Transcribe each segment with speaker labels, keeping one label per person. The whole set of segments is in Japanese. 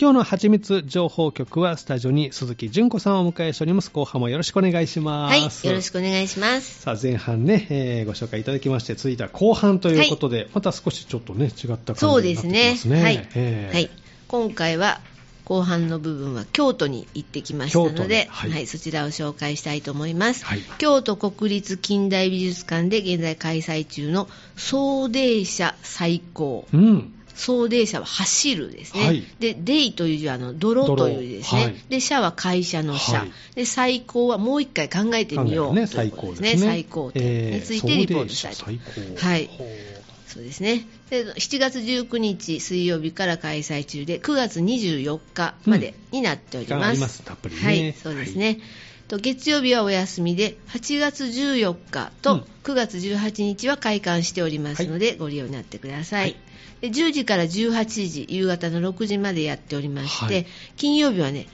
Speaker 1: 今日のはちみつ情報局はスタジオに鈴木純子さんをお迎えしております。後半もよろしくお願いしま
Speaker 2: はい、よ
Speaker 1: す。
Speaker 2: ろしくお願いします。
Speaker 1: さあ前半ね、えーご紹介いただきまして続いては後半ということで、また少しちょっとね違った感じに
Speaker 2: そ
Speaker 1: な
Speaker 2: う
Speaker 1: って
Speaker 2: で
Speaker 1: きます
Speaker 2: す
Speaker 1: ね
Speaker 2: ね。はい、
Speaker 1: えー
Speaker 2: はい。今回は後半の部分は京都に行ってきました
Speaker 1: 京都
Speaker 2: の
Speaker 1: ね
Speaker 2: で、
Speaker 1: は
Speaker 2: はいい、そちらを紹介したいと思います、
Speaker 1: はい
Speaker 2: 京都国立近代美術館で現在開催中の送迎車最高。
Speaker 1: うん
Speaker 2: 送迎車は走るですね。
Speaker 1: はい
Speaker 2: で、デイという字はあの泥という字ですね。
Speaker 1: 泥はい
Speaker 2: で、車は会社の車。
Speaker 1: はい
Speaker 2: で、最高はもう一回考えてみよう
Speaker 1: 考えるね
Speaker 2: とい
Speaker 1: 最
Speaker 2: うこ
Speaker 1: 高で
Speaker 2: とですす
Speaker 1: ね
Speaker 2: ね。最高点についてリポートしたいと
Speaker 1: えー送迎車最高
Speaker 2: はい
Speaker 1: ほう
Speaker 2: そうですね。で7月19日水曜日から開催中で、9月24日までになっており
Speaker 1: 時間あ
Speaker 2: ま
Speaker 1: り
Speaker 2: す。
Speaker 1: ますたっぷりね
Speaker 2: はい、そうですね。と月曜日はお休みで、8月14日
Speaker 1: うん
Speaker 2: と9月18日は開館しておりますので、ご利用になってください。
Speaker 1: はい
Speaker 2: で10時から18時、夕方の6時までやっておりまして、
Speaker 1: はい
Speaker 2: 金曜日はね、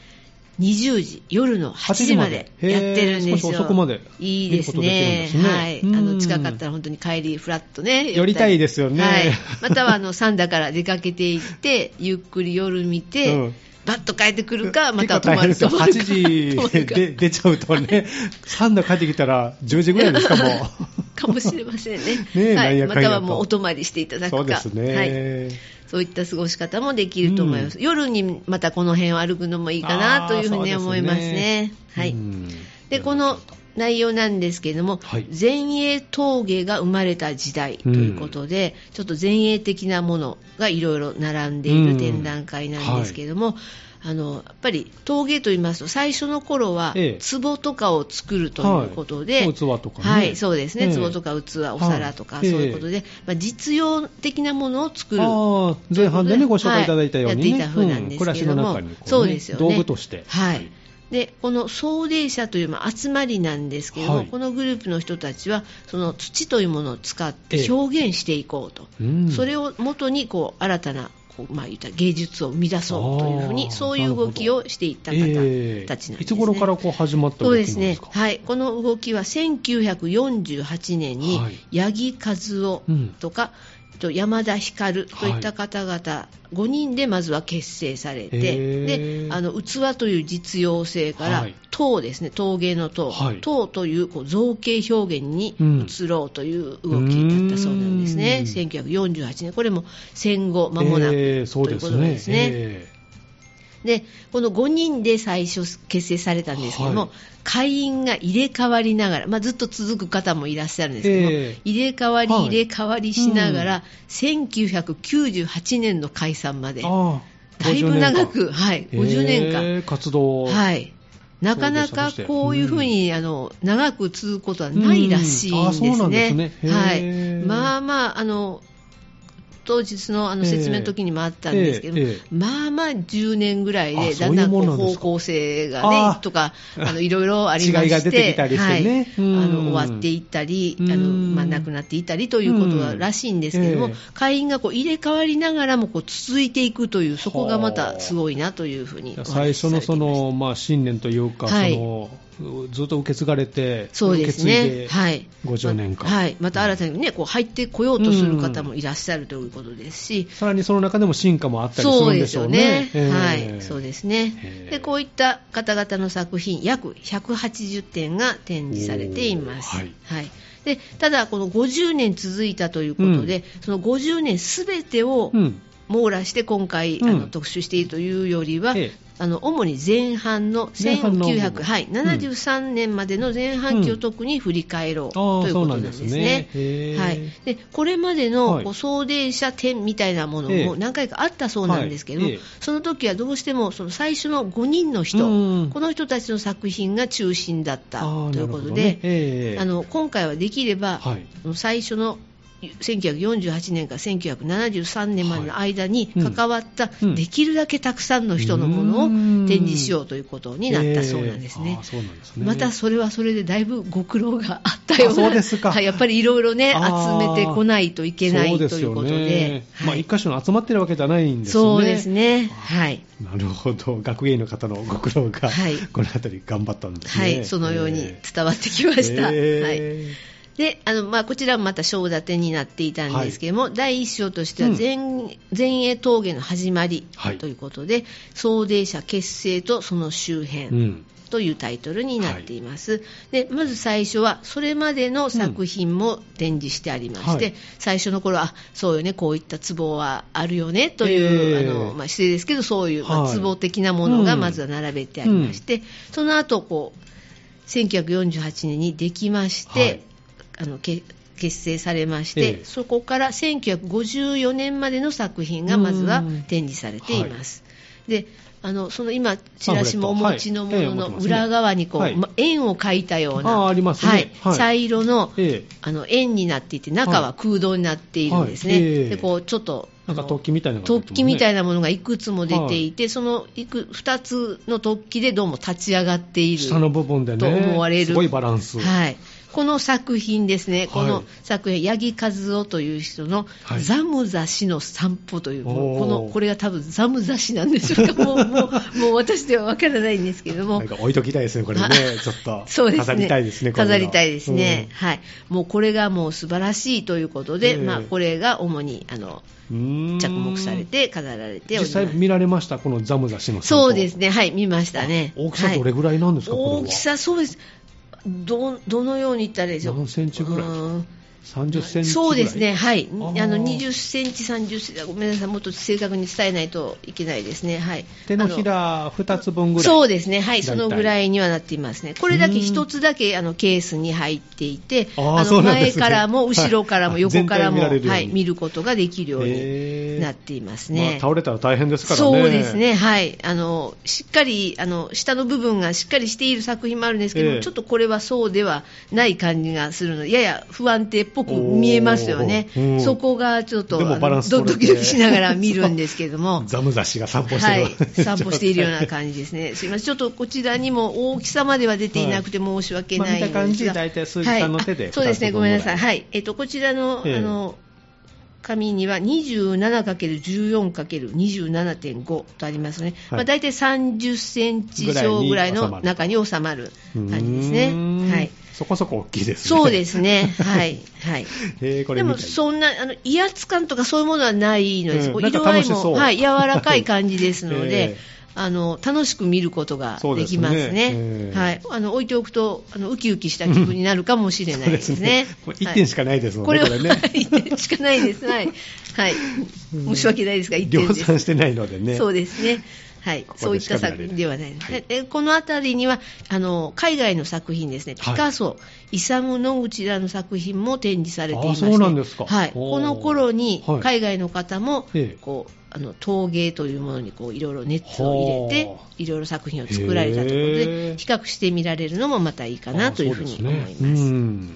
Speaker 2: 20時、夜の8時まで
Speaker 1: 8時まで
Speaker 2: やってるんです
Speaker 1: へー少
Speaker 2: よ。
Speaker 1: し遅くまで
Speaker 2: いいで
Speaker 1: 見るこ
Speaker 2: すね。
Speaker 1: とできるんですね
Speaker 2: はい。あ
Speaker 1: うん
Speaker 2: の、近かったら本当に帰り、フラットね。
Speaker 1: 寄りたいですよね
Speaker 2: はい。または、あの、三田から出かけていって、ゆっくり夜見て、
Speaker 1: うん
Speaker 2: バッと帰ってくるか、また
Speaker 1: 結構
Speaker 2: 泊
Speaker 1: 大
Speaker 2: ま
Speaker 1: 変で
Speaker 2: る
Speaker 1: すよ
Speaker 2: と
Speaker 1: 8時 で出ちゃうとね3度帰ってきたら10時ぐらい ですかもう
Speaker 2: かもしれません ね。
Speaker 1: え
Speaker 2: は
Speaker 1: なん
Speaker 2: い、
Speaker 1: や
Speaker 2: ま
Speaker 1: かんやと
Speaker 2: たはもうお泊まりしていただくか。
Speaker 1: そうです
Speaker 2: はい。
Speaker 1: ね、
Speaker 2: そういった過ごし方もできると思います。夜にまたこの辺を歩くのもいいかなというふうに
Speaker 1: あーそう
Speaker 2: 思
Speaker 1: で
Speaker 2: い
Speaker 1: すね
Speaker 2: ますね。はい。
Speaker 1: うん
Speaker 2: で、この内容なんですけれども、
Speaker 1: はい
Speaker 2: 前衛陶芸が生まれた時代ということで、ちょっと前衛的なものがいろいろ並んでいる展覧会なんですけれども、あのやっぱり陶芸と言いますと最初の頃は
Speaker 1: ええ
Speaker 2: 壺とかを作るということで、
Speaker 1: はい器とかね
Speaker 2: はいそうですね、
Speaker 1: ええ
Speaker 2: 壺とか器お皿とか、
Speaker 1: はい
Speaker 2: そういうことで、まあ、実用的なものを作る
Speaker 1: ああ前半でねご紹介いただいたように、ね
Speaker 2: はいやっていた風なんですけれども
Speaker 1: 暮らしの中にこう、ね、
Speaker 2: そうですよね
Speaker 1: 道具として、
Speaker 2: はい、でこの送迎者というまあ集まりなんですけれども、
Speaker 1: はい
Speaker 2: このグループの人たちはその土というものを使っ
Speaker 1: ええ
Speaker 2: て表現していこうと、
Speaker 1: うん
Speaker 2: それを元にこう新たなこう、まあ、言ったら芸術を生み出そうというふう
Speaker 1: あー
Speaker 2: にそういう動きをしていった方たちなん
Speaker 1: ええ
Speaker 2: ですね。
Speaker 1: いつ頃からこう始まった動
Speaker 2: そ
Speaker 1: きなん
Speaker 2: うで
Speaker 1: ですす
Speaker 2: ね
Speaker 1: か、
Speaker 2: はい、この動きは1948年に
Speaker 1: はい
Speaker 2: 八木和夫とか、と山田光といった方々5人でまずは結成され
Speaker 1: へ
Speaker 2: て、
Speaker 1: ー
Speaker 2: であの器という実用性から、
Speaker 1: はい
Speaker 2: 陶ですね陶芸の陶、
Speaker 1: はい
Speaker 2: 陶というこう造形表現に
Speaker 1: うん
Speaker 2: 移ろうという動きだったそうなんですね、
Speaker 1: う
Speaker 2: 1948年これも戦後間もなくと
Speaker 1: え
Speaker 2: い
Speaker 1: え
Speaker 2: う
Speaker 1: そうで
Speaker 2: こ
Speaker 1: す
Speaker 2: と
Speaker 1: ね
Speaker 2: ですね。
Speaker 1: え
Speaker 2: でこの5人で最初結成されたんですけども、
Speaker 1: はい
Speaker 2: 会員が入れ替わりながら、まあ、ずっと続く方もいらっしゃるんですけども、
Speaker 1: ええ
Speaker 2: 入れ替わり
Speaker 1: はい
Speaker 2: 入れ替わりしなが
Speaker 1: う
Speaker 2: ら、
Speaker 1: ん
Speaker 2: 1998年の解散ま
Speaker 1: え
Speaker 2: で
Speaker 1: ああ
Speaker 2: だいぶ長く、はい、
Speaker 1: 50年間
Speaker 2: 50年間、
Speaker 1: ええ活動
Speaker 2: はい、なかなかこういうふうに、あの長く続くことはないらしいんで
Speaker 1: う
Speaker 2: す
Speaker 1: ん
Speaker 2: ね。
Speaker 1: あそうなんですねへー
Speaker 2: はい、まあまああの当日のあの
Speaker 1: ええ
Speaker 2: 説明の時にもあったんですけど、
Speaker 1: ええええ
Speaker 2: まあまあ10年ぐらい
Speaker 1: あ
Speaker 2: で、
Speaker 1: そ
Speaker 2: だ
Speaker 1: うんい
Speaker 2: だ
Speaker 1: うんも
Speaker 2: こ
Speaker 1: ん
Speaker 2: う
Speaker 1: なんです
Speaker 2: 方
Speaker 1: か
Speaker 2: 向性
Speaker 1: あ
Speaker 2: が
Speaker 1: ー
Speaker 2: ねとか、あのいろいろありまし て、
Speaker 1: 違いが出てきたりしてね
Speaker 2: はい
Speaker 1: うん
Speaker 2: あの終わっていったり、あ
Speaker 1: う
Speaker 2: の
Speaker 1: ん
Speaker 2: まあ、亡くなっていったりということらしいんですけども、
Speaker 1: うんええ
Speaker 2: 会員がこう入れ替わりながらもこう続いていくという、そこがまたすごいなというふうにお話しさ
Speaker 1: 最
Speaker 2: れて
Speaker 1: 初
Speaker 2: いま
Speaker 1: の
Speaker 2: した
Speaker 1: その、まあ、信念というか、
Speaker 2: はい
Speaker 1: そのうずっと受け継がれて、
Speaker 2: そうですね、
Speaker 1: 受け継いで
Speaker 2: はい、
Speaker 1: 50年間、
Speaker 2: まはい、また新たに、ね、こう入ってこようとする方もいらっしゃるということですし、
Speaker 1: さらにその中でも進化もあったりす
Speaker 2: そ
Speaker 1: る
Speaker 2: うん
Speaker 1: で
Speaker 2: で
Speaker 1: し
Speaker 2: す
Speaker 1: ょ
Speaker 2: よ
Speaker 1: うね
Speaker 2: ね、。
Speaker 1: ええ
Speaker 2: はい、そうです
Speaker 1: へ
Speaker 2: ね
Speaker 1: え
Speaker 2: で、こういった方々の作品、約180点が展示されています。
Speaker 1: おーはい
Speaker 2: はいでただ、この50年続いたということで、その50年すべてを
Speaker 1: うん
Speaker 2: 網羅して今回、あ
Speaker 1: う
Speaker 2: の
Speaker 1: ん
Speaker 2: 特集しているというよりは、
Speaker 1: ええ
Speaker 2: あの主に前半の
Speaker 1: 前半の部分
Speaker 2: 1973、はい73年までの前半期を特に振り返ろう、
Speaker 1: ああ
Speaker 2: という
Speaker 1: そ
Speaker 2: こ
Speaker 1: うな
Speaker 2: となんん
Speaker 1: で
Speaker 2: ですす
Speaker 1: ね
Speaker 2: ね。
Speaker 1: へえ
Speaker 2: はい、でこれまでの
Speaker 1: はい
Speaker 2: こう送迎者展みたいなもの
Speaker 1: ええ
Speaker 2: も何回かあったそうなんですけれども、
Speaker 1: はいええ
Speaker 2: その時はどうしてもその最初の5人の
Speaker 1: う
Speaker 2: 人
Speaker 1: ん、
Speaker 2: この人たちの作品が中心だった
Speaker 1: ああ
Speaker 2: というこ
Speaker 1: なるほ
Speaker 2: と
Speaker 1: どね
Speaker 2: で、
Speaker 1: ええ
Speaker 2: あの今回はできれば、
Speaker 1: はい
Speaker 2: 最初の1948年から1973年までの間に
Speaker 1: はいうん
Speaker 2: 関わった、
Speaker 1: うん
Speaker 2: できるだけたくさんの人のものを展示しようということになったそうなんです
Speaker 1: ええ
Speaker 2: ね
Speaker 1: ああ。そうなんですね
Speaker 2: またそれはそれでだいぶご苦労があったよ
Speaker 1: あ
Speaker 2: うな
Speaker 1: そうですか
Speaker 2: はいやっぱりいろいろね集
Speaker 1: あー
Speaker 2: めてこないといけない
Speaker 1: そう
Speaker 2: と
Speaker 1: で
Speaker 2: い
Speaker 1: す
Speaker 2: う
Speaker 1: よ
Speaker 2: こと
Speaker 1: ね
Speaker 2: で、
Speaker 1: まあ、一箇所に集まってるわけじゃないんですね。
Speaker 2: そうですねはい
Speaker 1: なるほど、学芸員の方のご苦労が、
Speaker 2: はい
Speaker 1: この辺り頑張ったんですね。
Speaker 2: はいそのように
Speaker 1: え
Speaker 2: 伝わってきま
Speaker 1: え
Speaker 2: した、
Speaker 1: え
Speaker 2: はい
Speaker 1: え
Speaker 2: であの、まあ、こちらもまた章立てになっていたんですけれども、第1章としては前,、前衛峠の始まり
Speaker 1: はい
Speaker 2: ということで、総出者結成とその周辺、
Speaker 1: うん
Speaker 2: というタイトルになっています、でまず最初はそれまでの作品も展示してありまして、
Speaker 1: はい
Speaker 2: 最初の頃はあそうよねこういった壺はあるよねという、
Speaker 1: ええ
Speaker 2: あのまあ、失礼ですけどそういう、まあ
Speaker 1: はい
Speaker 2: 壺的なものが
Speaker 1: うん
Speaker 2: まずは並べてありまして、その後こう1948年にできまして、
Speaker 1: はい
Speaker 2: あのけ結成されまして、
Speaker 1: ええ
Speaker 2: そこから1954年までの作品がまずは
Speaker 1: うん
Speaker 2: 展示されています。であのその今チラシもお
Speaker 1: パンフレット
Speaker 2: 持ちのも
Speaker 1: はい
Speaker 2: のの
Speaker 1: ええ持ってますね
Speaker 2: 裏側にこう、
Speaker 1: はい
Speaker 2: ま円を描いたよう
Speaker 1: あ
Speaker 2: な
Speaker 1: ーありますね
Speaker 2: はい
Speaker 1: はい
Speaker 2: 茶色の,、
Speaker 1: ええ
Speaker 2: あの円になっていて中は空洞になっているんですね、
Speaker 1: はいええ
Speaker 2: でこうちょっと
Speaker 1: なんか
Speaker 2: あの
Speaker 1: 突起みたいなのが出て
Speaker 2: 突
Speaker 1: ますね
Speaker 2: 起みたいなものがいくつも出ていて、そのいく2つの突起でどうも立ち上がっている
Speaker 1: 下の部分でね
Speaker 2: と思われる
Speaker 1: すごいバランス、
Speaker 2: はい、この作品ですね、
Speaker 1: はい
Speaker 2: この作品、八木和夫という人の
Speaker 1: はい、
Speaker 2: ザムザ氏の散歩という、もう
Speaker 1: お
Speaker 2: こ
Speaker 1: ー
Speaker 2: のこれが多分ザムザ氏なんで しょうか、もうもうもう私ではわからないんですけれども
Speaker 1: なん。か置いときたいですねこれねちょっと
Speaker 2: そうですね
Speaker 1: 飾りたいですねこれは
Speaker 2: 飾りたいですね、はい、もうこれがもう素晴らしいということ
Speaker 1: え
Speaker 2: で、
Speaker 1: え
Speaker 2: まあ、これが主にあの
Speaker 1: うん
Speaker 2: 着目されて飾られて
Speaker 1: 実
Speaker 2: おります
Speaker 1: 際見られましたこのザムザシの散歩
Speaker 2: そうですね、はい、見ましたね。
Speaker 1: 大きさど
Speaker 2: はい
Speaker 1: れぐらいなんですか、これは
Speaker 2: 大きさ、そうです、どどのように言ったらいいでしょう、
Speaker 1: 何センチぐらいですか
Speaker 2: うん
Speaker 1: 30センチぐらい
Speaker 2: そうですね、はい、あ
Speaker 1: あ
Speaker 2: の
Speaker 1: ー
Speaker 2: 20センチ、30センチ、ごめんなさい、もっと正確に伝えないといけないですね、はい、
Speaker 1: 手のひ
Speaker 2: あ
Speaker 1: ら2つ分ぐらい
Speaker 2: そうですね、はい、
Speaker 1: 大体
Speaker 2: そのぐらいにはなっていますね、これだけ
Speaker 1: うん
Speaker 2: 一つだけあのケースに入っていて、
Speaker 1: あー
Speaker 2: あ
Speaker 1: そ
Speaker 2: の
Speaker 1: うなんで
Speaker 2: 前
Speaker 1: すね
Speaker 2: からも
Speaker 1: はい
Speaker 2: 後ろからも
Speaker 1: あ
Speaker 2: 横からも、
Speaker 1: 全体見ら
Speaker 2: は
Speaker 1: れるように
Speaker 2: い、見ることができるよう
Speaker 1: へ
Speaker 2: に
Speaker 1: ー
Speaker 2: なっています
Speaker 1: ま
Speaker 2: ね
Speaker 1: あ、。倒れたら大変ですからね
Speaker 2: そうですね、はい、あのしっかりあの下の部分がしっかりしている作品もあるんですけど、
Speaker 1: ええ
Speaker 2: ちょっとこれはそうではない感じがするので、やや不安定っぽく見えますよね、
Speaker 1: おーうん
Speaker 2: そこがちょっと
Speaker 1: でも
Speaker 2: あの
Speaker 1: バランス
Speaker 2: ド
Speaker 1: 取れて
Speaker 2: ドキドキしながら見るんですけれど も。
Speaker 1: ザムザシが散歩して
Speaker 2: は
Speaker 1: る、
Speaker 2: い、散歩しているような感じですね、すみません、ちょっとこちらにも大きさまでは出ていなくて申し訳ないんですが、
Speaker 1: まあ見た感じ大体鈴木さんの手で
Speaker 2: はいあそうですね、
Speaker 1: 二つ
Speaker 2: ご
Speaker 1: 分ぐ
Speaker 2: め
Speaker 1: らい
Speaker 2: んなさい、はいえっとこちらの,、
Speaker 1: ええ
Speaker 2: あの紙には 27×14×27.5 とありますね、
Speaker 1: はい
Speaker 2: まあ、大体30センチ小ぐらいの中に収まる感じで
Speaker 1: う
Speaker 2: す
Speaker 1: ー
Speaker 2: ね。
Speaker 1: ん
Speaker 2: はい
Speaker 1: そこそこ大きいですね、
Speaker 2: そうですすね、はい、はい、
Speaker 1: えー、これ
Speaker 2: で
Speaker 1: み
Speaker 2: も
Speaker 1: たい
Speaker 2: そんなあの威圧感とかそういうものはないのです、
Speaker 1: うん
Speaker 2: こう
Speaker 1: なんか
Speaker 2: 色合
Speaker 1: 楽
Speaker 2: い
Speaker 1: しそ
Speaker 2: も、
Speaker 1: う
Speaker 2: はい、柔らかい感じですの
Speaker 1: え
Speaker 2: で
Speaker 1: え、
Speaker 2: あの楽しく見ることができます
Speaker 1: そ
Speaker 2: ね
Speaker 1: うですねええ
Speaker 2: はい、あの置いておくとあのウキウキした気分になるかもしれないです ね。
Speaker 1: これ1点し
Speaker 2: は
Speaker 1: かないです
Speaker 2: い
Speaker 1: もん
Speaker 2: こ
Speaker 1: ね
Speaker 2: れは
Speaker 1: これね
Speaker 2: 1点しかないです、はい、はい、申し訳ないですが、1
Speaker 1: 量
Speaker 2: 点です。
Speaker 1: 産してないのでね
Speaker 2: そうですね。はい、
Speaker 1: こ
Speaker 2: そ
Speaker 1: こ
Speaker 2: う
Speaker 1: で
Speaker 2: いっ
Speaker 1: したか見
Speaker 2: 作
Speaker 1: られ
Speaker 2: 品
Speaker 1: る
Speaker 2: ではないです、
Speaker 1: はい
Speaker 2: でこの辺りにはあの海外の作品ですね、ピ
Speaker 1: はい
Speaker 2: カソ、イサム・ノグチらの作品も展示されていまして、
Speaker 1: あそうなんですか
Speaker 2: はい、
Speaker 1: おー
Speaker 2: この頃に
Speaker 1: はい
Speaker 2: 海外の方も、
Speaker 1: ええ
Speaker 2: こうあの陶芸というものにこういろいろ熱を入れて
Speaker 1: はあ、
Speaker 2: いろいろ作品を作られたということ
Speaker 1: へ
Speaker 2: で
Speaker 1: え、
Speaker 2: 比較してみられるのもまたいいかなというふうに思います。
Speaker 1: あそうですねうん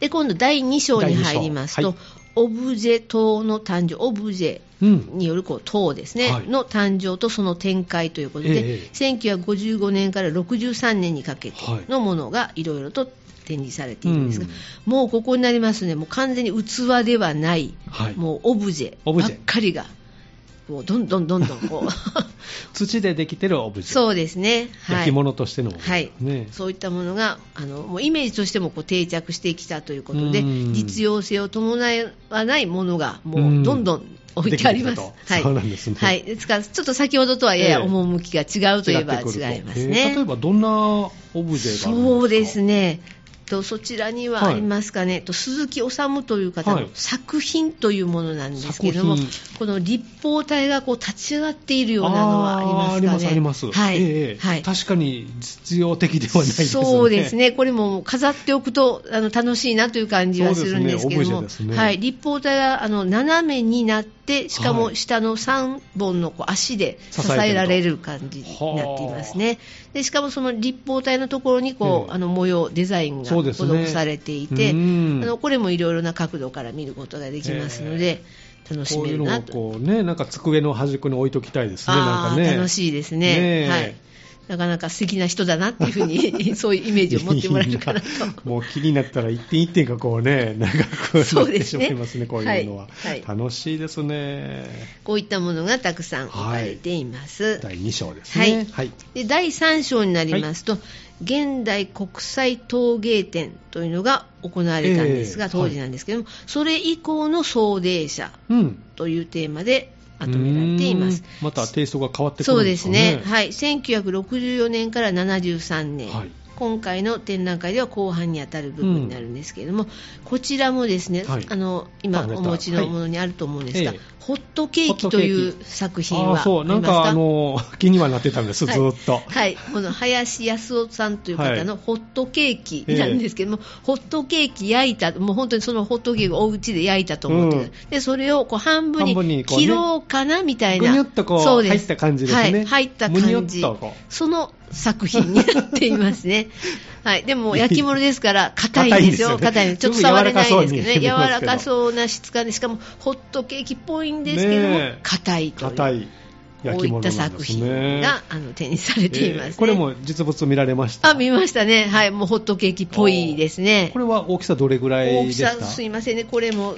Speaker 2: で今度第2章に入りますと、
Speaker 1: 第二
Speaker 2: オブジェ島の誕生オブジェ
Speaker 1: うん
Speaker 2: によるこう党ですね、
Speaker 1: はい
Speaker 2: の誕生とその展開ということで、
Speaker 1: ええ
Speaker 2: 1955年から63年にかけて
Speaker 1: はい
Speaker 2: のものがいろいろと展示されているんですが、
Speaker 1: うん
Speaker 2: もうここになりますねもう完全に器ではない、
Speaker 1: はい
Speaker 2: もうオブジ
Speaker 1: オ
Speaker 2: ェ
Speaker 1: ブ
Speaker 2: ば
Speaker 1: ジ
Speaker 2: っ
Speaker 1: ェ
Speaker 2: かりがこうどんどんどんどんこう
Speaker 1: 土でできてるオブジェ
Speaker 2: そうですね、は
Speaker 1: 焼
Speaker 2: い
Speaker 1: き、物としてのもの
Speaker 2: はい
Speaker 1: ね
Speaker 2: そういったものがあのもうイメージとしてもこう定着してきたということで
Speaker 1: うん
Speaker 2: 実用性を伴わないものが
Speaker 1: う
Speaker 2: も
Speaker 1: ん
Speaker 2: うどんどん置いてあります
Speaker 1: でき。てきたとそうなんですね
Speaker 2: はい、ですからちょっと先ほどとはやや
Speaker 1: ええ
Speaker 2: 趣が違うといえば
Speaker 1: 違ってくると
Speaker 2: 違います
Speaker 1: えー
Speaker 2: ね。
Speaker 1: 例えばどんなオブジェがあるんですか
Speaker 2: そうです
Speaker 1: ね
Speaker 2: ねとそちらにはありますかね、と鈴木治という方
Speaker 1: は
Speaker 2: の
Speaker 1: い
Speaker 2: 作品というものなんですけれども、
Speaker 1: 作
Speaker 2: この立方体がこう立ち上がっているようなのはありますかね。
Speaker 1: あーありますあります、
Speaker 2: はい、
Speaker 1: ええええ
Speaker 2: はい
Speaker 1: 確かに実用的ではないですね
Speaker 2: そうですね、これも飾っておくとあの楽しいなという感じはするんですけど
Speaker 1: そう
Speaker 2: も、
Speaker 1: ですねオブジェですね
Speaker 2: はい、立方体があの斜めになって、し
Speaker 1: は
Speaker 2: かも
Speaker 1: い
Speaker 2: 下の3本のこう足で支
Speaker 1: 支えてると
Speaker 2: えられる感じになっていますね、でしかもその立方体のところにこ
Speaker 1: え
Speaker 2: う、
Speaker 1: え
Speaker 2: あの模様、デザインが
Speaker 1: そう
Speaker 2: 施
Speaker 1: ですね
Speaker 2: されていて、
Speaker 1: うん
Speaker 2: あのこれもいろいろな角度から見ることができますので、楽し
Speaker 1: こう
Speaker 2: め
Speaker 1: いう
Speaker 2: る
Speaker 1: の
Speaker 2: な
Speaker 1: を
Speaker 2: と。
Speaker 1: こうねなんか机の端っこに置いときたいですねなん
Speaker 2: あ
Speaker 1: か
Speaker 2: ー
Speaker 1: ね
Speaker 2: 楽しいですね
Speaker 1: え
Speaker 2: はい、なかなか素敵な人だなっていうふう にそういうイメージを持ってもらえるかなと。
Speaker 1: いいな もう気になったら一点一点がこう ね長く
Speaker 2: そ
Speaker 1: なっ
Speaker 2: う
Speaker 1: て
Speaker 2: です
Speaker 1: し
Speaker 2: ね
Speaker 1: まいますねこういうのは、
Speaker 2: はいは
Speaker 1: 楽しいですね
Speaker 2: こういったものがたくさん置かれています。
Speaker 1: 第2章ですね
Speaker 2: はいで第3章になりますと、現代国際陶芸展というのが行われたんですが、
Speaker 1: えー
Speaker 2: 当時なんですけども、それ以降の送迎車
Speaker 1: うん。
Speaker 2: というテーマでまとめられています。
Speaker 1: うーん。またテイストが変わってく
Speaker 2: そ
Speaker 1: る
Speaker 2: うん
Speaker 1: で
Speaker 2: ですす
Speaker 1: かね
Speaker 2: ね、。はい、1964年から73年、
Speaker 1: はい
Speaker 2: 今回の展覧会では後半にあたる部分になるんですけれども、こちらもですね、
Speaker 1: はい
Speaker 2: あの今、
Speaker 1: パンフレッ
Speaker 2: お
Speaker 1: ト
Speaker 2: 持ちのものにあると思うんですが、
Speaker 1: はいええ
Speaker 2: ホットケーキという作品
Speaker 1: あ
Speaker 2: は
Speaker 1: あ、
Speaker 2: あり
Speaker 1: そう。なん
Speaker 2: ます
Speaker 1: か、あ
Speaker 2: か
Speaker 1: の、気にはなってたんです、ず
Speaker 2: は
Speaker 1: っ
Speaker 2: い
Speaker 1: と。
Speaker 2: はい、この林康夫さんという方のホットケーキなんですけども、ホットケーキ焼いた、もう本当にそのホットケーキをお家で焼いたと思ってください、でそれをこう半分
Speaker 1: 半分に
Speaker 2: に
Speaker 1: こうね
Speaker 2: 切ろうかなみたいな、
Speaker 1: ぐにゅっとこう
Speaker 2: そうです
Speaker 1: 入った感じですね
Speaker 2: はい、入った
Speaker 1: むにゅ
Speaker 2: 感
Speaker 1: っ
Speaker 2: じ
Speaker 1: とこ、
Speaker 2: その作品になっていますね。 はい、でも焼き物ですから、硬いんですよ、
Speaker 1: 硬
Speaker 2: 硬
Speaker 1: い
Speaker 2: い,、
Speaker 1: んですよね
Speaker 2: ちょっと触れないんですけどね、
Speaker 1: すごい
Speaker 2: 柔
Speaker 1: 柔ら
Speaker 2: ら
Speaker 1: か
Speaker 2: か
Speaker 1: そ
Speaker 2: そうな質感で、しかもホットケーキっぽいんですけども
Speaker 1: ねえ、
Speaker 2: 硬、いという。
Speaker 1: 硬い焼
Speaker 2: こ
Speaker 1: き
Speaker 2: ういっ
Speaker 1: 物なん
Speaker 2: た
Speaker 1: ですね。
Speaker 2: 作品があの展示されています、ね
Speaker 1: えーこれも実物見られました。
Speaker 2: あ見ましたね、はい、もうホットケーキっぽいですね
Speaker 1: こ、れは大きさどれぐらい
Speaker 2: 大
Speaker 1: で
Speaker 2: き
Speaker 1: した
Speaker 2: さ、すいませんね、これも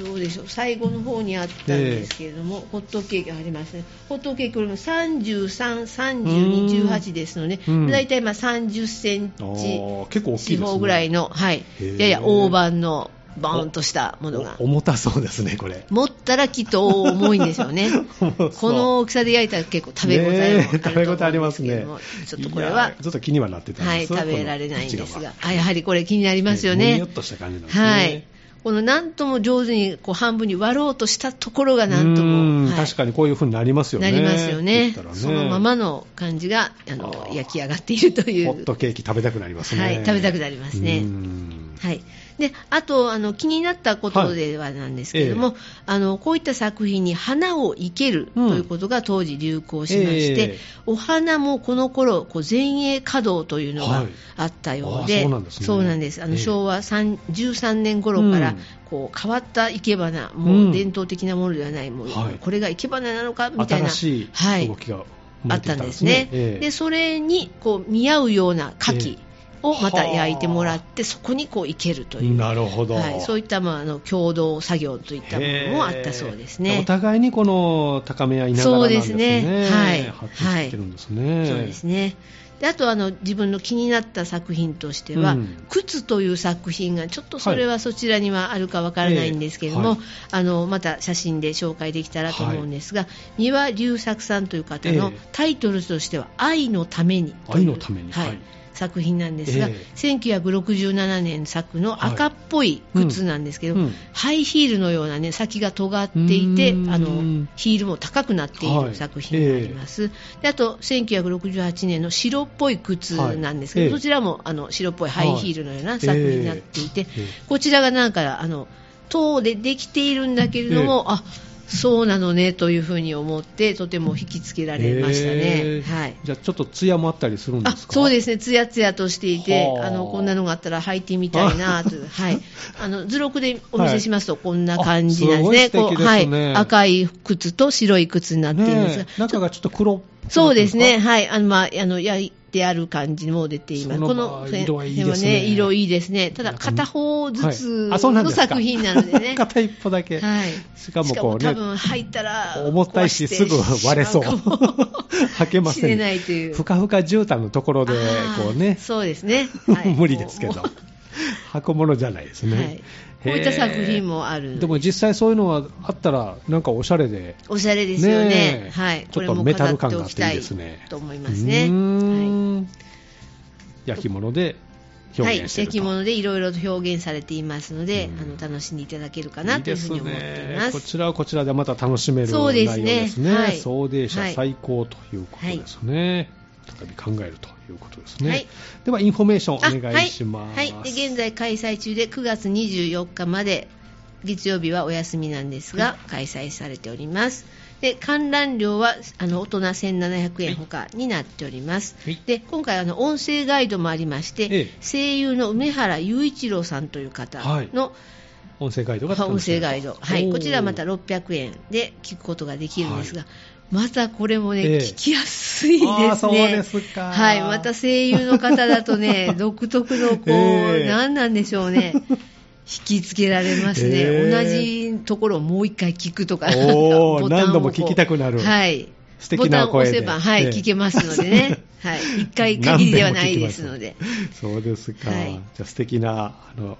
Speaker 2: どうでしょう、最後の方にあったんですけれども、ホットケーキありますね、ホットケーキ、これも33、32、18ですので、
Speaker 1: うん
Speaker 2: 大体まあ30セン
Speaker 1: あ
Speaker 2: チ
Speaker 1: ー結構大きいで
Speaker 2: 四
Speaker 1: すね。
Speaker 2: 方ぐらいの、はい
Speaker 1: へー、
Speaker 2: やや大判の、バーンとしたものが
Speaker 1: お。重たそうですね、これ。
Speaker 2: 持ったらきっと重いんですよ ね
Speaker 1: 重そう。
Speaker 2: この大きさで焼いたら結構食べ応えもあると思うんですけども、
Speaker 1: ねえ食べ応えありますね。
Speaker 2: ちょっとこれ
Speaker 1: い
Speaker 2: は
Speaker 1: や、ちょっと気にはなってたん
Speaker 2: は
Speaker 1: で
Speaker 2: い、
Speaker 1: すが
Speaker 2: 食べられないんです。
Speaker 1: この
Speaker 2: が、あやはりこれ気になりますよ
Speaker 1: えーむ
Speaker 2: ね
Speaker 1: にゅっ。とした感じなんですね。
Speaker 2: はい。このなんとも上手にこう半分に割ろうとしたところが
Speaker 1: う
Speaker 2: なんと
Speaker 1: ーん
Speaker 2: も、はい
Speaker 1: 確かにこういう風になりますよね。
Speaker 2: なりますよね
Speaker 1: 切ったら
Speaker 2: そのままの感じがあ
Speaker 1: あ
Speaker 2: の
Speaker 1: ー
Speaker 2: 焼き上がっているという。
Speaker 1: ホットケーキ食べたくなりますね。
Speaker 2: はい、食べたくなりますね
Speaker 1: うー。ん
Speaker 2: はい、であとあの気になったことではなんですけれども、
Speaker 1: はい
Speaker 2: あのこういった作品に花を生けるということが当時流行しまして、
Speaker 1: ええ
Speaker 2: お花もこの頃こう前衛華道というの
Speaker 1: は
Speaker 2: が
Speaker 1: い
Speaker 2: あったようで、
Speaker 1: あそうなんですね
Speaker 2: そうなんですあの
Speaker 1: ええ
Speaker 2: 昭和3 13年頃か
Speaker 1: う
Speaker 2: ら
Speaker 1: ん
Speaker 2: こう変わった生け花、もうんう伝統的なものではない、もう
Speaker 1: はい
Speaker 2: これが生け花なのかみたいな。
Speaker 1: 新しい
Speaker 2: はい
Speaker 1: 動きが生
Speaker 2: あ
Speaker 1: ま
Speaker 2: っ
Speaker 1: れてき
Speaker 2: たん
Speaker 1: ん
Speaker 2: ですね、
Speaker 1: ええ
Speaker 2: でそれにこう見合うような牡
Speaker 1: ええ
Speaker 2: 蠣をまた焼いてもらって、そこにこう生けるという、
Speaker 1: なるほど、
Speaker 2: はい、そういった、まあ、あの共同作業といったも
Speaker 1: へえ
Speaker 2: のもあったそうです
Speaker 1: お
Speaker 2: ね。
Speaker 1: 互いにこの高め合いながらなんですね。
Speaker 2: そうですねはい
Speaker 1: 発展してるんですね。
Speaker 2: そうですねであとあの自分の気になった作品としては、
Speaker 1: うん
Speaker 2: 靴という作品がちょっとそれはそちらにはあるかわからないんですけれども、
Speaker 1: ええはい
Speaker 2: あのまた写真で紹介できたらと思うんですが、三輪隆作さんという方の
Speaker 1: ええ
Speaker 2: タイトルとしては「愛のためにと
Speaker 1: 愛
Speaker 2: いう」
Speaker 1: のために
Speaker 2: はい
Speaker 1: はい
Speaker 2: 作品なんですが、
Speaker 1: ええ
Speaker 2: 1967年作の赤っぽい靴なんですけど、
Speaker 1: はいうんうん
Speaker 2: ハイヒールのような、ね、先が尖っていてあ
Speaker 1: うーん
Speaker 2: のヒールも高くなってい
Speaker 1: はい
Speaker 2: る作品があります。ますであと1968年の白っぽい靴なんですけど、
Speaker 1: はいええ
Speaker 2: そちらもあの白っぽいハイヒールのような作品になっていて、
Speaker 1: ええええ
Speaker 2: こちらがなんかあの塔でできているんだけれども、あそうなのねというふうに思ってとても引きつけられました
Speaker 1: へ
Speaker 2: ね。
Speaker 1: え
Speaker 2: はい
Speaker 1: じゃあちょっとツヤもあったりするんで
Speaker 2: あ
Speaker 1: すか
Speaker 2: そうですね、つやつやとしていて
Speaker 1: はあ
Speaker 2: あの、こんなのがあったら履いてみたい なという、はい、あの図録でお見せしますと、こんな感じなん
Speaker 1: あ
Speaker 2: です
Speaker 1: す
Speaker 2: ね
Speaker 1: ごい素敵
Speaker 2: こうは
Speaker 1: です
Speaker 2: い
Speaker 1: ね
Speaker 2: 赤い靴と白い靴になっているんですが、
Speaker 1: ねえ中がちょっと黒っぽくなってるんか
Speaker 2: そうですね、はい、あの、まあ、あの、焼いてある感じも出ています。
Speaker 1: その
Speaker 2: こ
Speaker 1: まあ
Speaker 2: の
Speaker 1: 色はいい
Speaker 2: 辺
Speaker 1: で
Speaker 2: は
Speaker 1: すね
Speaker 2: ね、色いいですね。ただ、
Speaker 1: なんか
Speaker 2: 片方ずつ
Speaker 1: はいあそうなん
Speaker 2: の
Speaker 1: ですか
Speaker 2: 作品なのでね。
Speaker 1: 片一歩だけ、
Speaker 2: はい。
Speaker 1: しかもこう
Speaker 2: しか
Speaker 1: ね
Speaker 2: も多分入ったら、
Speaker 1: 重たいしすぐ割れそう履
Speaker 2: は
Speaker 1: けません
Speaker 2: しれないという。
Speaker 1: ふかふか絨毯のところで
Speaker 2: あー
Speaker 1: こうね。
Speaker 2: そうですね はい
Speaker 1: 無理ですけど
Speaker 2: もうも
Speaker 1: 箱物じゃないです
Speaker 2: う
Speaker 1: ね、
Speaker 2: はい。こういった作品もある。
Speaker 1: でも実際そういうのはあったらなんかおしゃれで
Speaker 2: おしゃれですよね。
Speaker 1: ねえ
Speaker 2: はい。
Speaker 1: ち
Speaker 2: こ
Speaker 1: ょっ
Speaker 2: れ
Speaker 1: と
Speaker 2: も
Speaker 1: メタル
Speaker 2: 飾って
Speaker 1: 感が
Speaker 2: お
Speaker 1: あっ
Speaker 2: き
Speaker 1: ていい
Speaker 2: たい
Speaker 1: ですね
Speaker 2: と思いますね。
Speaker 1: うー
Speaker 2: はい
Speaker 1: ん焼き物で
Speaker 2: は
Speaker 1: 表
Speaker 2: い、
Speaker 1: 現してる
Speaker 2: 焼
Speaker 1: と、
Speaker 2: き物でいろいろと表現されていますので、
Speaker 1: うん
Speaker 2: あの楽しんでいただけるかなというふうに思っていま
Speaker 1: いいですねこ
Speaker 2: す。
Speaker 1: ちらはこちらでまた楽しめる内
Speaker 2: そ
Speaker 1: 容
Speaker 2: うですね
Speaker 1: ですね。
Speaker 2: はい
Speaker 1: 送迎
Speaker 2: は
Speaker 1: 車
Speaker 2: い
Speaker 1: 最高ということですね。再び考えるということですね。
Speaker 2: はい
Speaker 1: ではインフォメーショ
Speaker 2: あ
Speaker 1: ンお願いします。
Speaker 2: はい、はい、で現在開催中で9月24日まで月曜日はお休みなんですが、開催されております。で観覧料はあの大人1700
Speaker 1: はい
Speaker 2: 円ほかになっております。
Speaker 1: はい
Speaker 2: で今回あの音声ガイドもありまして、
Speaker 1: ええ
Speaker 2: 声優の梅原雄一郎さんという方
Speaker 1: はい
Speaker 2: の、
Speaker 1: 音声ガイドが楽
Speaker 2: 音
Speaker 1: しめ
Speaker 2: 声
Speaker 1: ると
Speaker 2: ガイド、はい、
Speaker 1: おー
Speaker 2: こちらはまた600円で聞くことができるんですが、
Speaker 1: は
Speaker 2: またこれもね、
Speaker 1: ええ
Speaker 2: 聞きやすいですね。
Speaker 1: あーそうですか
Speaker 2: はい、また声優の方だ とね、独特のこう、
Speaker 1: ええ
Speaker 2: 何なんでしょうね。引きつけられますね、
Speaker 1: ええ
Speaker 2: 同じところをもう一回聞くとか、
Speaker 1: おー
Speaker 2: なんかボタンを
Speaker 1: 何
Speaker 2: こう
Speaker 1: 度も聞きたくなる
Speaker 2: はい、
Speaker 1: 素敵な
Speaker 2: ボタンを
Speaker 1: 声
Speaker 2: 押
Speaker 1: で
Speaker 2: せば、はい、
Speaker 1: ええ
Speaker 2: 聞けますのでね。はい。一回限りではないですので。
Speaker 1: そうですか、
Speaker 2: はい
Speaker 1: じゃあ素敵なあの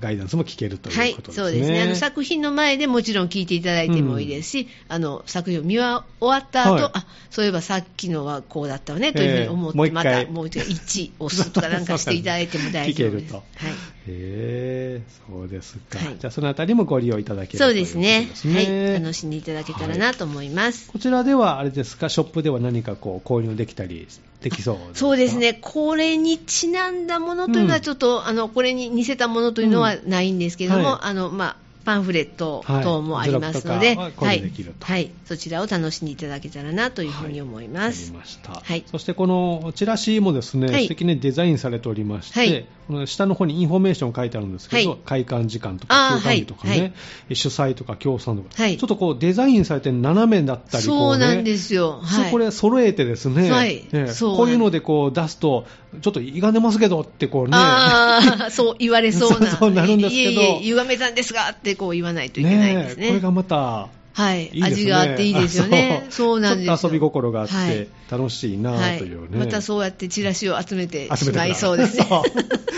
Speaker 1: ガイダンスも聞けると
Speaker 2: はいいう
Speaker 1: こ、とですね。
Speaker 2: そうですね。あの作品の前でもちろん聞いていただいてもいいですし、あの作品を見終わった後、
Speaker 1: はい
Speaker 2: あそういえばさっきのはこうだったわねというふうに思っ
Speaker 1: ええ
Speaker 2: て、
Speaker 1: もう一回
Speaker 2: またもう一回1を押すとかなんかしていただいても大丈夫 です。
Speaker 1: そう
Speaker 2: は
Speaker 1: かへえそうですか、
Speaker 2: はい
Speaker 1: じゃあそのあたりもご利用いただ
Speaker 2: い。
Speaker 1: ける
Speaker 2: そう
Speaker 1: とい
Speaker 2: ですね
Speaker 1: こと
Speaker 2: はい。楽しんでいただけたらなと思います。
Speaker 1: こちらではあれですかショップでは何かこう購入できたりできそうですか
Speaker 2: そうですね、これにちなんだものというの
Speaker 1: う
Speaker 2: は、
Speaker 1: ん
Speaker 2: ちょっと、あのこれに似せたものというのはないんですけれども、
Speaker 1: うんはい
Speaker 2: あのまあ、パンフレット
Speaker 1: はい
Speaker 2: 等もありますので、
Speaker 1: 図録とかは購入できると
Speaker 2: はいはいそちらを楽しんでいただけたらなというふうに思います。
Speaker 1: わかりました、
Speaker 2: はい
Speaker 1: そしてこのチラシもですね、
Speaker 2: はい
Speaker 1: 素敵にデザインされておりまして、
Speaker 2: はい
Speaker 1: この下の方にインフォメーション書いてあるんですけど、
Speaker 2: はい
Speaker 1: 開館時間と
Speaker 2: あ
Speaker 1: か
Speaker 2: ー
Speaker 1: 休館日とかね、
Speaker 2: はいは
Speaker 1: 主催とか協賛とか、
Speaker 2: はい
Speaker 1: ちょっとこうデザインされて斜めだったりこ
Speaker 2: そう
Speaker 1: ね
Speaker 2: なんですよ、はい、
Speaker 1: そうこれ揃えてですね、
Speaker 2: はい
Speaker 1: ええ
Speaker 2: そう
Speaker 1: こういうのでこう出すと、ちょっといがねますけどってこうね、
Speaker 2: ああ、そう言われそうな、
Speaker 1: そうそうなるんですけど
Speaker 2: いえいえ、歪めたんですがってこう言わないといけないで
Speaker 1: ね
Speaker 2: す
Speaker 1: え
Speaker 2: ね。
Speaker 1: これがまた
Speaker 2: は
Speaker 1: い
Speaker 2: い
Speaker 1: ですね、
Speaker 2: 味があっていいですよね。
Speaker 1: あ
Speaker 2: そうなんです
Speaker 1: ち
Speaker 2: よ
Speaker 1: ょっと遊び心があっ
Speaker 2: は
Speaker 1: て
Speaker 2: い、
Speaker 1: 楽しいな
Speaker 2: は
Speaker 1: あ
Speaker 2: い
Speaker 1: というね、
Speaker 2: またそうやってチラシを集めて
Speaker 1: 集め
Speaker 2: して
Speaker 1: く
Speaker 2: ま
Speaker 1: だ
Speaker 2: いそうですね。
Speaker 1: そ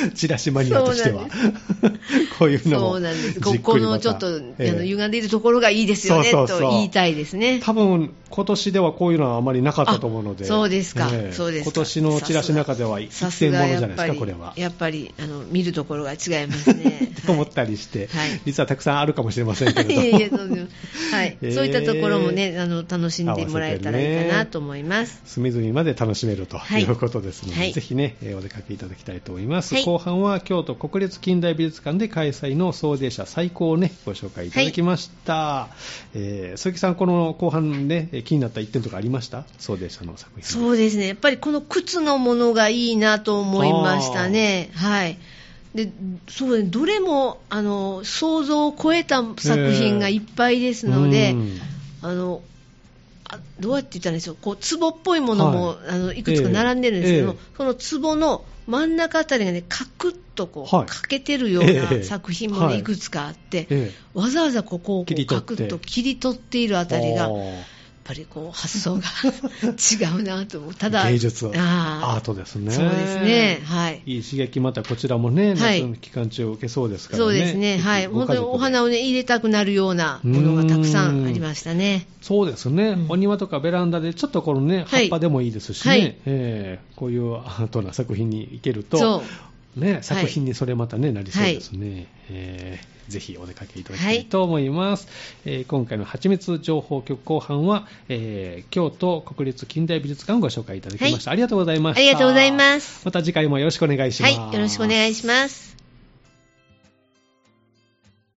Speaker 1: うチラシマニアとしては
Speaker 2: そ。
Speaker 1: こういうのも。
Speaker 2: そうなんです。
Speaker 1: じ
Speaker 2: こ
Speaker 1: っく
Speaker 2: こ
Speaker 1: りま
Speaker 2: の
Speaker 1: た
Speaker 2: ちょっと、
Speaker 1: ええ
Speaker 2: あの歪んでいるところがいいですよね
Speaker 1: そうそうそう
Speaker 2: と言いたいですね。
Speaker 1: 多分今年ではこういうのはあまりなかったと思うので、
Speaker 2: あそうですか
Speaker 1: ええ
Speaker 2: そうですか
Speaker 1: 今年のチラシの中では一
Speaker 2: さ
Speaker 1: 点も
Speaker 2: すが
Speaker 1: のじゃ
Speaker 2: や
Speaker 1: な
Speaker 2: っ
Speaker 1: いで
Speaker 2: ぱ
Speaker 1: すか、
Speaker 2: り
Speaker 1: これは。
Speaker 2: やっぱりあの見るところが違いますね
Speaker 1: 。と思ったりして、
Speaker 2: はい
Speaker 1: 実はたくさんあるかもしれませんけ
Speaker 2: いえいえ
Speaker 1: れ
Speaker 2: そ
Speaker 1: ど
Speaker 2: う
Speaker 1: も
Speaker 2: で、もはい
Speaker 1: えー
Speaker 2: そういったところもね、あの楽しんでもらえたらいいかなと思います。
Speaker 1: 隅々まで楽しめると
Speaker 2: はい
Speaker 1: いうことですので、
Speaker 2: はい
Speaker 1: ぜひね、えーお出かけいただきたいと思います、
Speaker 2: はい
Speaker 1: 後半は京都国立近代美術館で開催の送迎者最高をね、ご紹介いただきました。えー鈴木さん、この後半ね、えー気になった1点とかありました送迎者の作品。
Speaker 2: そうですね。やっぱりこの靴のものがいいなと思いましたね。はい。で、そうねどれも、あの、想像を超えた作品がいっぱいですので、
Speaker 1: うん
Speaker 2: あのあどうやって言ったらいいんでしょう、こう壺っぽいものも、
Speaker 1: はい
Speaker 2: い、あのいくつか並んでるんですけども、
Speaker 1: ええ
Speaker 2: その壺の真ん中あたりがね、カクッとこう、
Speaker 1: はい
Speaker 2: 欠けてるよう
Speaker 1: ええ
Speaker 2: な作品も、ね
Speaker 1: はい
Speaker 2: い、くつかあって、
Speaker 1: え
Speaker 2: わざわざここをこ
Speaker 1: 切り
Speaker 2: う
Speaker 1: 取
Speaker 2: カ
Speaker 1: って
Speaker 2: クッと切り取っているあ
Speaker 1: え
Speaker 2: たりが、や
Speaker 1: お
Speaker 2: っ
Speaker 1: ー
Speaker 2: ぱりこう発想が違うなと思う、ただ、
Speaker 1: 芸術アー
Speaker 2: あ
Speaker 1: トです
Speaker 2: ー
Speaker 1: ね。
Speaker 2: そうですね、はい、
Speaker 1: いい刺激、またこちらもね、
Speaker 2: はい
Speaker 1: 夏の期間中受けそうですからね。
Speaker 2: そうですね、はい、
Speaker 1: ご家族
Speaker 2: 本
Speaker 1: で
Speaker 2: 当にお花を、ね、入れたくなるようなものがたくさんありましたね。
Speaker 1: そうですね、
Speaker 2: うん
Speaker 1: お庭とかベランダで、ちょっとこのね、葉
Speaker 2: はい
Speaker 1: っぱでもいいですしね、
Speaker 2: はい
Speaker 1: えーこういうアートな作品に行ける
Speaker 2: そう
Speaker 1: と、ね、作品にそれまたね、なりそうですね、えーぜひお出かけいただきたいと思います。えー今回のはちみつ情報局後半は、えー京都国立近代美術館をご紹介いただきました。ありがとうございました。
Speaker 2: ありがとうございます
Speaker 1: また次回もよろしくお願いしま
Speaker 2: は
Speaker 1: す。
Speaker 2: い、よろしくお願いします。